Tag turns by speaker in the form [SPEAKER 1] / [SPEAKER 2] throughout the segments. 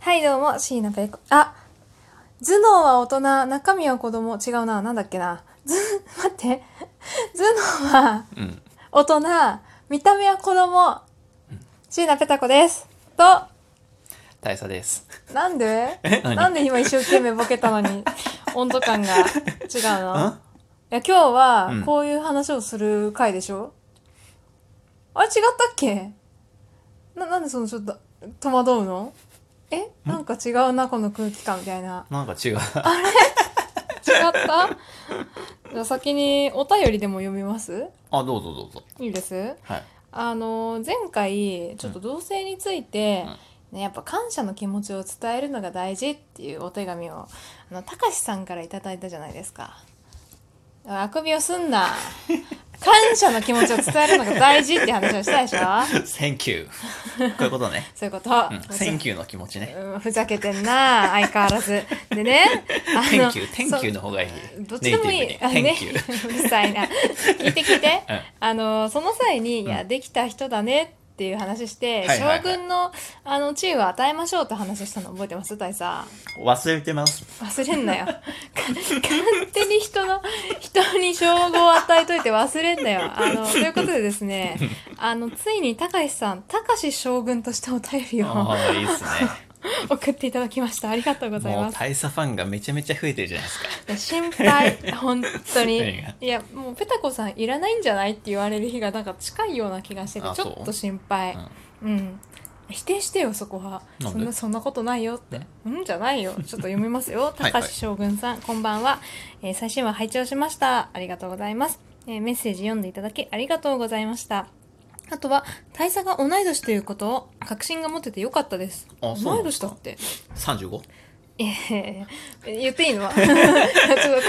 [SPEAKER 1] はい、どうも、椎名ペイコ。あ、頭脳は大人、中身は子供。違うな、なんだっけな。ず、待って。頭脳は
[SPEAKER 2] うん
[SPEAKER 1] 大人、見た目は子供。椎名ペタコです。と、
[SPEAKER 2] 大佐です
[SPEAKER 1] なんで
[SPEAKER 2] え何
[SPEAKER 1] なんで今一生懸命ボケたの に温度感が違うの
[SPEAKER 2] あ
[SPEAKER 1] いや今日
[SPEAKER 2] う
[SPEAKER 1] は
[SPEAKER 2] ん
[SPEAKER 1] こういう話をする回でしょ、あれ違ったっけななんでそのちょっと戸惑うのえなんか違うなこの空気感みたいな
[SPEAKER 2] なんか違う
[SPEAKER 1] 違った じゃあ先にお便りでも読みます
[SPEAKER 2] あどうぞどうぞ
[SPEAKER 1] いいです
[SPEAKER 2] はい
[SPEAKER 1] あの前回ちょっと同性について、ね、やっぱ感謝の気持ちを伝えるのが大事っていうお手紙をあのたかしさんからいただいたじゃないですかあくびをすん な感謝の気持ちを伝えるのが大事って話をしたでしょ
[SPEAKER 2] Thank you こういうことね
[SPEAKER 1] そういうこと、
[SPEAKER 2] うん Thank you の気持ちね
[SPEAKER 1] うんふざけてんな相変わらずでねあ
[SPEAKER 2] Thank you Thank
[SPEAKER 1] そ
[SPEAKER 2] you の方がいい
[SPEAKER 1] どっちでもいい。あ
[SPEAKER 2] ネイ
[SPEAKER 1] ね
[SPEAKER 2] ティブに Thank you
[SPEAKER 1] うるさい な。聞いて聞いて。
[SPEAKER 2] うん
[SPEAKER 1] あの、その際に、いや、
[SPEAKER 2] う
[SPEAKER 1] できた人だねっていう話して、
[SPEAKER 2] はいはいはい
[SPEAKER 1] 将軍の、あの、地位を与えましょうって話したの覚えて ます大佐。
[SPEAKER 2] 忘れてます
[SPEAKER 1] 忘れんなよ。か勝手に人の、人に称号を与えといて忘れんなよ。あの、ということでです ね、あの、ついに高橋さん、高橋将軍としたお便り
[SPEAKER 2] あ
[SPEAKER 1] を
[SPEAKER 2] あいいっすね
[SPEAKER 1] 送っていただきました。ありがとうござい
[SPEAKER 2] も
[SPEAKER 1] ま
[SPEAKER 2] う
[SPEAKER 1] す。
[SPEAKER 2] 大佐ファンがめちゃめちゃ増えてるじゃないですか
[SPEAKER 1] いや心配本当
[SPEAKER 2] 何
[SPEAKER 1] に
[SPEAKER 2] が
[SPEAKER 1] いやもうペタコさんいらないんじゃないって言われる日がなんか近いような気がしてて
[SPEAKER 2] あ
[SPEAKER 1] ちょっと心配うん、否定してよそこは
[SPEAKER 2] な
[SPEAKER 1] そ
[SPEAKER 2] んで
[SPEAKER 1] んなそんなことないよってうんじゃない よちょっと読みますよ
[SPEAKER 2] はい
[SPEAKER 1] 高橋将軍さんこんばんは、えー最新話拝聴しましたありがとうございます、えーメッセージ読んでいただきありがとうございましたあとは大佐が同い年ということを確信が持ててよかったです
[SPEAKER 2] あ
[SPEAKER 1] 同
[SPEAKER 2] そうなん
[SPEAKER 1] い
[SPEAKER 2] で
[SPEAKER 1] 年
[SPEAKER 2] すか
[SPEAKER 1] だって
[SPEAKER 2] 35
[SPEAKER 1] いやいやいや言っていいの ちょっと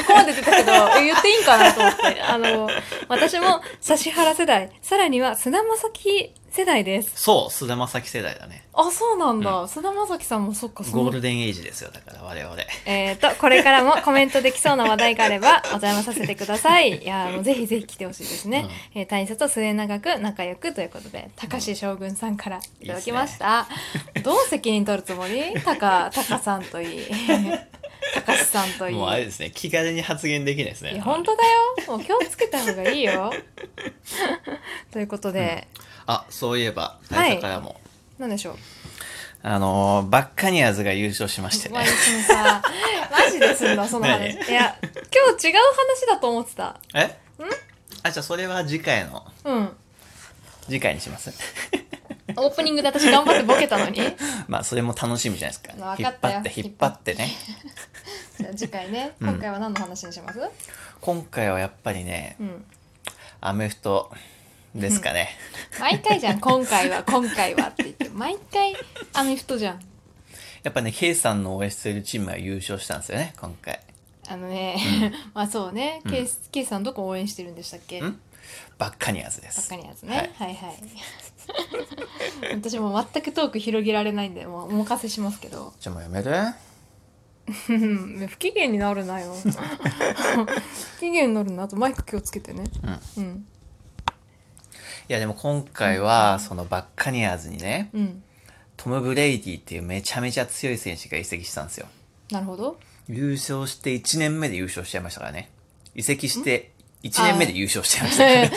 [SPEAKER 1] ここまで出たけど、言っていいんかなと思って。あの、私も指原世代、さらには菅田将暉世代です。
[SPEAKER 2] そう菅田将暉世代だね
[SPEAKER 1] あ、そうなんだ。菅田将暉さんもそっか、そ
[SPEAKER 2] ゴー
[SPEAKER 1] の
[SPEAKER 2] ルデンエイジですよだから我々
[SPEAKER 1] えっ、と、これからもコメントできそうな話題があれば、お邪魔させてくださ い。いやー、もうぜひぜひ来てほしいですね。えー大佐と末永く仲良くということで、高志将軍さんからいただきました。どう責任取るつもり高、高さんといい。 高志さんといい。
[SPEAKER 2] もうあれですね気軽に発言できないですね
[SPEAKER 1] いや本当だよもう気をつけた方がいいよ ということで、
[SPEAKER 2] あそういえば
[SPEAKER 1] は
[SPEAKER 2] 大
[SPEAKER 1] い
[SPEAKER 2] 佐からも、
[SPEAKER 1] なんでしょう
[SPEAKER 2] あのー、バッカニアーズが優勝しまして
[SPEAKER 1] まあ
[SPEAKER 2] ね
[SPEAKER 1] い。つも さマジですんのその話い
[SPEAKER 2] 何
[SPEAKER 1] や今日違う話だと思ってた
[SPEAKER 2] えあ、じゃあそれは次回の、
[SPEAKER 1] うん
[SPEAKER 2] 次回にします。
[SPEAKER 1] オープニングで私頑張ってボケたのに
[SPEAKER 2] まあそれも楽しみじゃないです
[SPEAKER 1] まあ分
[SPEAKER 2] か。引
[SPEAKER 1] か
[SPEAKER 2] っ
[SPEAKER 1] ったよ
[SPEAKER 2] 張って引っ張ってね。
[SPEAKER 1] じゃあ次回ね
[SPEAKER 2] ん
[SPEAKER 1] 今回は何の話にします
[SPEAKER 2] 今回はやっぱりね
[SPEAKER 1] う、ん、
[SPEAKER 2] アメフトですかね。
[SPEAKER 1] 毎回じゃん今回は今回はって言って毎回アメフトじゃん
[SPEAKER 2] やっぱね、ケイさんの応援してるチームが優勝したんですよね、今回。
[SPEAKER 1] あのね、 まあそうね、ケイスケイさんどこ応援してるんでしたっけ
[SPEAKER 2] んバッカニアーズで
[SPEAKER 1] ばっ
[SPEAKER 2] す。
[SPEAKER 1] かりのやつね、はい、はい 私も全くトーク広げられないんでもうお任せしますけど
[SPEAKER 2] じゃあもうやめる
[SPEAKER 1] うん不機嫌になるなよ不機嫌になるなあとマイク気をつけてねうん
[SPEAKER 2] いやでも今回は、そのバッカニアーズにね、
[SPEAKER 1] うん
[SPEAKER 2] トム・ブレイディっていうめちゃめちゃ強い選手が移籍したんですよ。
[SPEAKER 1] なるほど
[SPEAKER 2] 優勝して1年目で優勝しちゃいましたからね。移籍して1年目で優勝しちゃいましたから
[SPEAKER 1] え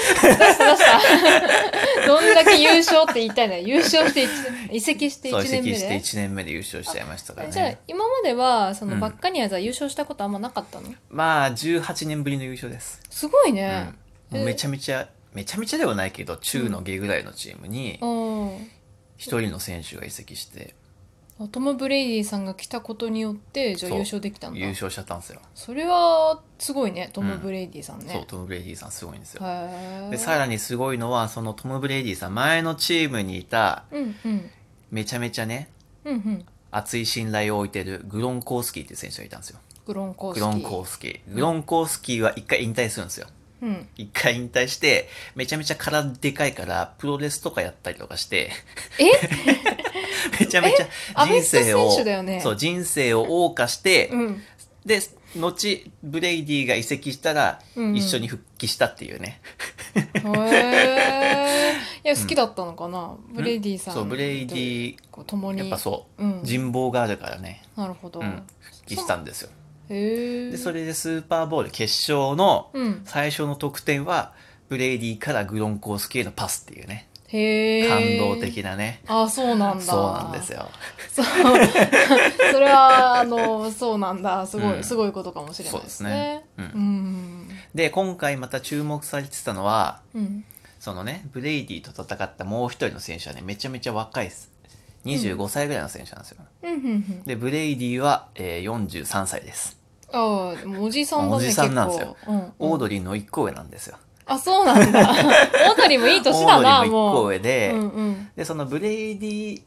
[SPEAKER 1] どうした どんだけ優勝って言いたいのよ優勝して一年移籍して
[SPEAKER 2] そう、
[SPEAKER 1] 1
[SPEAKER 2] 移
[SPEAKER 1] 年目
[SPEAKER 2] 籍して
[SPEAKER 1] で
[SPEAKER 2] 1年目で優勝しちゃいましたから
[SPEAKER 1] じゃあ
[SPEAKER 2] ね。
[SPEAKER 1] 今まではその
[SPEAKER 2] うん
[SPEAKER 1] バッカニアーズは優勝したことあんまなかったの、
[SPEAKER 2] まあ、18年ぶりの優勝です。
[SPEAKER 1] すごいうね
[SPEAKER 2] ん。もうめちゃめちゃ、めちゃめちゃではないけど、中の下ぐらいのチームに
[SPEAKER 1] う、ん
[SPEAKER 2] 一人の選手が移籍して、
[SPEAKER 1] トム・ブレイディさんが来たことによってじゃあ
[SPEAKER 2] そう
[SPEAKER 1] 優勝できたんだ
[SPEAKER 2] 優勝しちゃったんですよ。
[SPEAKER 1] それはすごいねトム・ブレイディさん
[SPEAKER 2] そう、
[SPEAKER 1] ね、
[SPEAKER 2] トム・ブレイディさんすごいんですよ。
[SPEAKER 1] へえ
[SPEAKER 2] で、さらにすごいのは、そのトム・ブレイディさん、前のチームにいた、
[SPEAKER 1] うんうん
[SPEAKER 2] めちゃめちゃね、
[SPEAKER 1] うんうん
[SPEAKER 2] 熱い信頼を置いてるグロンコースキーっていう選手がいたんですよ。
[SPEAKER 1] グロンコース
[SPEAKER 2] グ
[SPEAKER 1] キ
[SPEAKER 2] ロ
[SPEAKER 1] ー
[SPEAKER 2] ンコースキー。グロンコースキーは一回引退するんですよ。
[SPEAKER 1] うん
[SPEAKER 2] 一回引退して、めちゃめちゃ体でかいから、プロレスとかやったりとかして、
[SPEAKER 1] え
[SPEAKER 2] めちゃめちゃ
[SPEAKER 1] アメフ
[SPEAKER 2] 人
[SPEAKER 1] ト
[SPEAKER 2] 生を、
[SPEAKER 1] 選手だよね
[SPEAKER 2] そう、人生を謳歌して、
[SPEAKER 1] うん
[SPEAKER 2] で、後、ブレイディが移籍したら、
[SPEAKER 1] うんうん
[SPEAKER 2] 一緒に復帰したっていうね。
[SPEAKER 1] へえ。いや、好きだったのかな。ブレイディさん。
[SPEAKER 2] そうブレイディ
[SPEAKER 1] こう共に。
[SPEAKER 2] やっぱそう、
[SPEAKER 1] うん
[SPEAKER 2] 人望があるからね、
[SPEAKER 1] なるほど。
[SPEAKER 2] うん、復帰したんですよ
[SPEAKER 1] へえ。
[SPEAKER 2] でそれでスーパーボール決勝の
[SPEAKER 1] うん。
[SPEAKER 2] 最初の得点はブレイディからグロンコースキーのパスっていうね
[SPEAKER 1] へえ。
[SPEAKER 2] 感動的なね、
[SPEAKER 1] あそうなんだ。
[SPEAKER 2] そうなんですよ
[SPEAKER 1] そう。 それは、あの、そうなんだ。すご
[SPEAKER 2] うん
[SPEAKER 1] い、すごいことかもしれないですね。
[SPEAKER 2] そうですね
[SPEAKER 1] うん。
[SPEAKER 2] で今回また注目されてたのは
[SPEAKER 1] うん。
[SPEAKER 2] そのねブレイディと戦ったもう一人の選手はねめちゃめちゃ若いです25歳ぐらいの選手なんですよ、
[SPEAKER 1] うん。うん。うん。
[SPEAKER 2] でブレイディは、えー43歳です
[SPEAKER 1] ああ、でもおじさんだね。
[SPEAKER 2] おじさんなんですよ
[SPEAKER 1] 結構。うん。
[SPEAKER 2] オードリーの1個上なんですよ、
[SPEAKER 1] あ、そうなん だ。オードリーもいい年
[SPEAKER 2] オード
[SPEAKER 1] だ
[SPEAKER 2] リー
[SPEAKER 1] な、
[SPEAKER 2] も1個
[SPEAKER 1] もう。
[SPEAKER 2] 上で、
[SPEAKER 1] うんうん
[SPEAKER 2] でそのブレイディ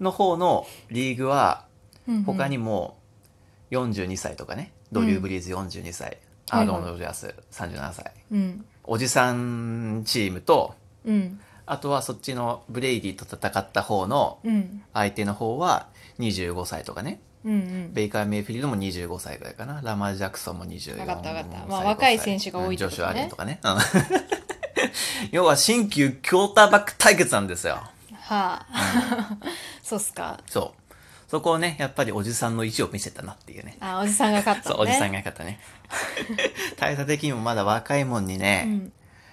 [SPEAKER 2] の方のリーグは
[SPEAKER 1] うんうん。
[SPEAKER 2] 他にも42歳とかね、ドリュー・ブリーズ42歳、
[SPEAKER 1] はいはい
[SPEAKER 2] アーロン・ロジャース37歳
[SPEAKER 1] うん。
[SPEAKER 2] おじさんチームと
[SPEAKER 1] うん。
[SPEAKER 2] あとはそっちのブレイディと戦った方の
[SPEAKER 1] うん。
[SPEAKER 2] 相手の方は25歳とかね
[SPEAKER 1] うんうん。
[SPEAKER 2] ベイカー・メイフィールドも25歳ぐらいかなラマー・ジャクソンも24
[SPEAKER 1] わ
[SPEAKER 2] 歳
[SPEAKER 1] かったわかったまあ若い選手が多いってことね
[SPEAKER 2] ジョシュア・アレンとかねうん 要は新旧クォーターバック対決なんですよ
[SPEAKER 1] はあ。 そうっすか。
[SPEAKER 2] そうそこをねやっぱりおじさんの意地を見せたなっていうね
[SPEAKER 1] あ、おじさんが勝った
[SPEAKER 2] そ
[SPEAKER 1] の
[SPEAKER 2] う
[SPEAKER 1] ね。
[SPEAKER 2] おじさんが良かっ たね大差的にもまだ若いもんに
[SPEAKER 1] う
[SPEAKER 2] ね、
[SPEAKER 1] ん。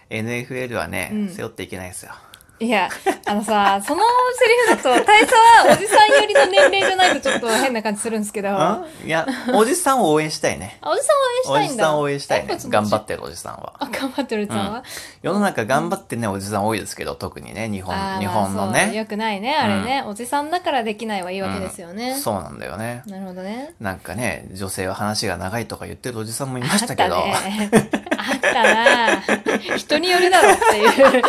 [SPEAKER 2] NFL はね、
[SPEAKER 1] うん
[SPEAKER 2] 背負っていけないですよ
[SPEAKER 1] いや、あのさ、そのセリフだと、大佐はおじさん寄りの年齢じゃないとちょっと変な感じするんですけど。あ
[SPEAKER 2] いやおじさんを応援したいね
[SPEAKER 1] おじさん応
[SPEAKER 2] お
[SPEAKER 1] 援したい
[SPEAKER 2] じ
[SPEAKER 1] んだ。
[SPEAKER 2] さんを応援したいね頑張
[SPEAKER 1] っ
[SPEAKER 2] ってるおじさんは
[SPEAKER 1] あ、頑張ってるおじさんは。
[SPEAKER 2] 世の中頑張ってねおじさん多いですけど特にね日本
[SPEAKER 1] あー
[SPEAKER 2] 日本の
[SPEAKER 1] まあそうよ
[SPEAKER 2] ね
[SPEAKER 1] くないね、あれね。おじさんだからできないはいいわけですよね。
[SPEAKER 2] そうなんだよね
[SPEAKER 1] なるほどね。
[SPEAKER 2] なんかね女性は話が長いとか言ってるおじさんもいま
[SPEAKER 1] あっ
[SPEAKER 2] したけど
[SPEAKER 1] ね。あったな。人によるだろっていう。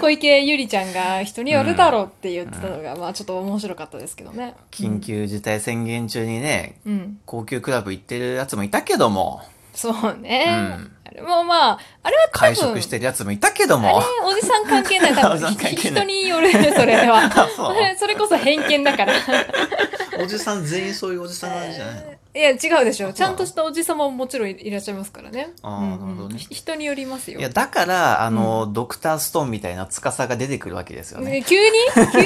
[SPEAKER 1] 小池ゆりちゃんが人によるだろって言ってたのが、まあちょっと面白かったですけどね。
[SPEAKER 2] 緊急事態宣言中にね
[SPEAKER 1] うん。うん。
[SPEAKER 2] 高級クラブ行ってるやつもいたけども
[SPEAKER 1] そうね。
[SPEAKER 2] うん
[SPEAKER 1] あれもまあ、あれは多分。
[SPEAKER 2] 会食してるやつもいたけど
[SPEAKER 1] あれ
[SPEAKER 2] も、
[SPEAKER 1] おじさん関係ない。多
[SPEAKER 2] おじ
[SPEAKER 1] 分
[SPEAKER 2] さん関係な
[SPEAKER 1] 人
[SPEAKER 2] い
[SPEAKER 1] による、それは。
[SPEAKER 2] あ そ
[SPEAKER 1] そ
[SPEAKER 2] う
[SPEAKER 1] れそれこそ偏見 だから。い
[SPEAKER 2] おじさん全員そういうおじさんなんじゃないの
[SPEAKER 1] や、違うでしょ。ちゃんとしたおじさまももちろんいらっしゃいますからね。
[SPEAKER 2] あー
[SPEAKER 1] うんうん
[SPEAKER 2] なるほどね
[SPEAKER 1] ひ人によりますよ。
[SPEAKER 2] いや、だから、あの、ドクターストーンみたいな司が出てくるわけですよね。
[SPEAKER 1] ね急に急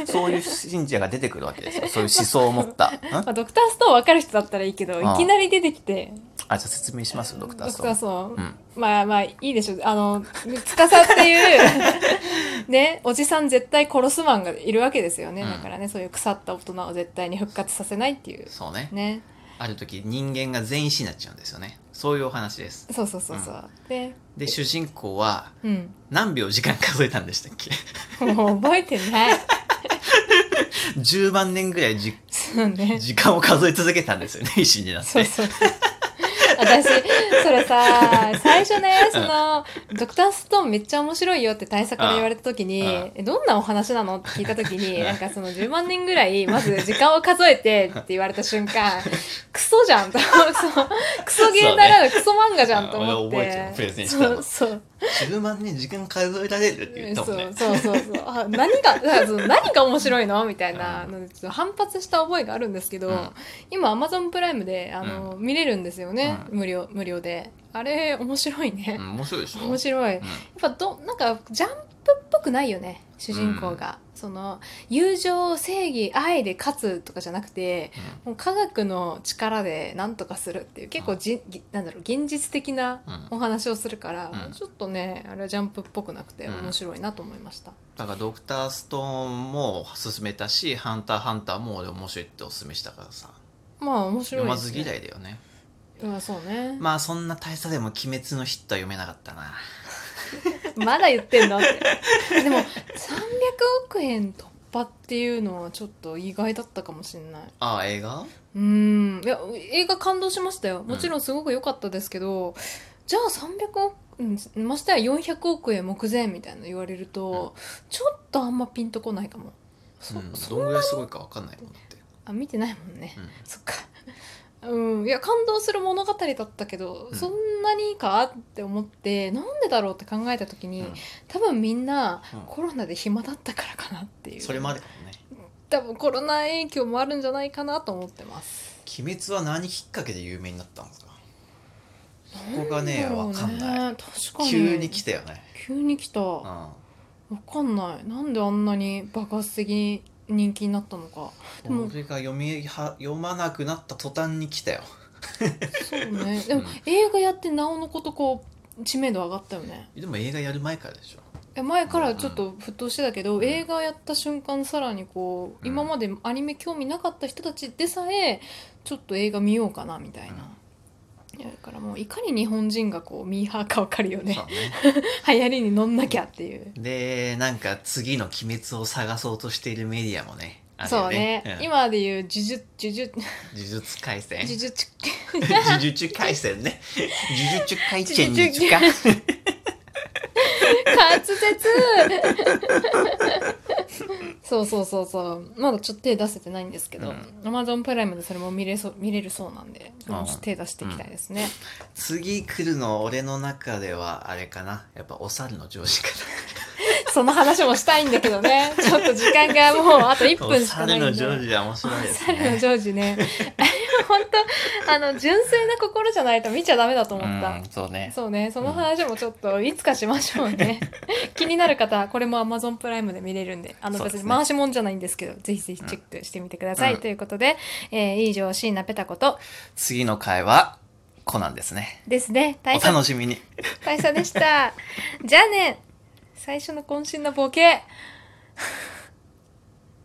[SPEAKER 1] に
[SPEAKER 2] そういう信者が出てくるわ けですよ。そういう思想を持った。んあ、じ
[SPEAKER 1] ま
[SPEAKER 2] ゃ
[SPEAKER 1] あ、ドクターストーン分かる人だったらいいけど、
[SPEAKER 2] ああ
[SPEAKER 1] いきなり出てきて、
[SPEAKER 2] あ説明しますよ、ドクター
[SPEAKER 1] ド
[SPEAKER 2] ス
[SPEAKER 1] クター
[SPEAKER 2] トーン
[SPEAKER 1] ス。トーン、
[SPEAKER 2] うん
[SPEAKER 1] まあまあいいでしょう。あの、つかさっていう、 ね、おじさん絶対殺すマンがいるわけですよね。
[SPEAKER 2] うん
[SPEAKER 1] だからね、そういう腐った大人を絶対に復活させないっていう。
[SPEAKER 2] そうね。
[SPEAKER 1] ね。
[SPEAKER 2] ある時、人間が全員死になっちゃうんですよね。そういうお話です。
[SPEAKER 1] そうそうそうそう。で、
[SPEAKER 2] で、主人公は、
[SPEAKER 1] うん。
[SPEAKER 2] 何秒時間数えたんでしたっけ
[SPEAKER 1] もう覚えてない。
[SPEAKER 2] ?10 万年ぐらいじ
[SPEAKER 1] そうね。
[SPEAKER 2] 時間を数え続けたんですよね、一心になって。
[SPEAKER 1] そうそう。 私、それさ、最初ね、その、ドクターストーンめっちゃ面白いよって大佐から言われた時に
[SPEAKER 2] うんうん、
[SPEAKER 1] えどんなお話なのって聞いた時
[SPEAKER 2] う
[SPEAKER 1] に、
[SPEAKER 2] ん
[SPEAKER 1] なんかその10万年ぐらい、まず時間を数えてって言われた瞬 間、クソじゃんと、そうクソゲーならぬクソ漫画じゃんと思って。
[SPEAKER 2] 俺覚えてるフレーズにしたの
[SPEAKER 1] そうそう。
[SPEAKER 2] 10万年時間数えられるって言ったもんね。
[SPEAKER 1] そうそうそうそうあ何がだからその何が面白いのみたいなのでちょっと反発した覚えがあるんですけど、
[SPEAKER 2] うん
[SPEAKER 1] 今アマゾンプライムであの、見れるんですよね、無料無料であれ面白いね
[SPEAKER 2] うん、、面白いでしょ
[SPEAKER 1] 面白いやっぱどなんかジャンプっぽくないよね主人公が、その友情正義愛で勝つとかじゃなくてもう科学の力で何とかするっていう結構じ、ぎなんだろう現実的な
[SPEAKER 2] うん
[SPEAKER 1] お話をするから、
[SPEAKER 2] うん
[SPEAKER 1] ちょっとねあれはジャンプっぽくなくて
[SPEAKER 2] うん
[SPEAKER 1] 面白いなと思いました、
[SPEAKER 2] だからドクターストーンも勧めたし「ハンターハンター」も俺面白いっておすすめしたからさ
[SPEAKER 1] まあ面白
[SPEAKER 2] 読
[SPEAKER 1] い
[SPEAKER 2] ま
[SPEAKER 1] で
[SPEAKER 2] ず
[SPEAKER 1] す、
[SPEAKER 2] 嫌い
[SPEAKER 1] ね、
[SPEAKER 2] だよね
[SPEAKER 1] うんそうね、ま
[SPEAKER 2] まあそんな大差でも「鬼滅のヒット」は読めなかったな
[SPEAKER 1] だ言ってんのってでも300億円突破っていうのはちょっと意外だったかもしれない
[SPEAKER 2] ああ映画
[SPEAKER 1] うーんいや映画感動しましたよもちろんすごく良かったですけど、じゃあ300億うんましては400億円目前みたいなの言われると、ちょっとあんまピンとこないかもそ,、
[SPEAKER 2] うん、
[SPEAKER 1] そ
[SPEAKER 2] どんぐらいすごいか分かんないもんだって、
[SPEAKER 1] あ見てないもんね、
[SPEAKER 2] うん
[SPEAKER 1] そっかうんいや感動する物語だったけど、
[SPEAKER 2] うん
[SPEAKER 1] そんなにかって思ってなんでだろうって考えた時に、
[SPEAKER 2] うん
[SPEAKER 1] 多分みんな、
[SPEAKER 2] うん
[SPEAKER 1] コロナで暇だったからかなっていう
[SPEAKER 2] それもあるかもね
[SPEAKER 1] 多分コロナ影響もあるんじゃないかなと思ってます
[SPEAKER 2] 「鬼滅」は何きっかけで有名になったんですか
[SPEAKER 1] 「
[SPEAKER 2] こがね
[SPEAKER 1] んだろう
[SPEAKER 2] わかんない
[SPEAKER 1] 確かに
[SPEAKER 2] 急に来たよね、
[SPEAKER 1] 急に来た
[SPEAKER 2] うん、
[SPEAKER 1] わかんないなんであんなに爆発的に人気になったのかでも
[SPEAKER 2] 俺が読みは読まなくなった途端に来たよ
[SPEAKER 1] そう ねでも、
[SPEAKER 2] うん
[SPEAKER 1] 映画やってなおのことこう知名度上がったよね
[SPEAKER 2] でも映画やる前からでしょ
[SPEAKER 1] え前からちょっと沸騰してたけど、
[SPEAKER 2] うん
[SPEAKER 1] 映画やった瞬間さらにこう、
[SPEAKER 2] うん
[SPEAKER 1] 今までアニメ興味なかった人たちでさえちょっと映画見ようかなみたいな、いやだからもういかに日本人がこうミーハーかわかるよね
[SPEAKER 2] そうね
[SPEAKER 1] 流行りに乗んなきゃっていう。
[SPEAKER 2] でなんか次の「鬼滅」を探そうとしているメディアもねある
[SPEAKER 1] そう
[SPEAKER 2] よ
[SPEAKER 1] ね、
[SPEAKER 2] うん
[SPEAKER 1] 今で言う呪術呪術
[SPEAKER 2] 呪術廻戦
[SPEAKER 1] 呪術
[SPEAKER 2] 呪術廻戦 ね呪術廻戦術か
[SPEAKER 1] 滑舌そうそうそうそうまだちょっと手出せてないんですけど、
[SPEAKER 2] うん
[SPEAKER 1] Amazon プライムでそれも見れそう見れるそうなんでちょ
[SPEAKER 2] あ
[SPEAKER 1] っと手出していきたいですね、
[SPEAKER 2] 次来るの俺の中ではあれかなやっぱお猿の上司か
[SPEAKER 1] その話もしたいんだけどねちょっと時間がもうあと1
[SPEAKER 2] なお
[SPEAKER 1] 分しかな
[SPEAKER 2] 猿
[SPEAKER 1] いんで
[SPEAKER 2] のジョージは面白いです
[SPEAKER 1] 猿のジ
[SPEAKER 2] ね
[SPEAKER 1] ョージねあれ本当あの純粋な心じゃないと見ちゃダメだと思った、
[SPEAKER 2] うんそうね
[SPEAKER 1] そうね、その話もちょっといつかしましょう ね。気になる方、これも Amazon プライムで見れるんで、あの
[SPEAKER 2] そうで
[SPEAKER 1] 別
[SPEAKER 2] すね
[SPEAKER 1] に回しもんじゃないんですけど、ぜひぜひチェックしてみてください。
[SPEAKER 2] うん
[SPEAKER 1] ということで、えー、以上、椎名ペタこと
[SPEAKER 2] 次の回はコナンですね
[SPEAKER 1] ですね。大
[SPEAKER 2] お
[SPEAKER 1] 佐、
[SPEAKER 2] 楽しみに
[SPEAKER 1] 大佐でした。じゃあね、最初の渾身のボケ。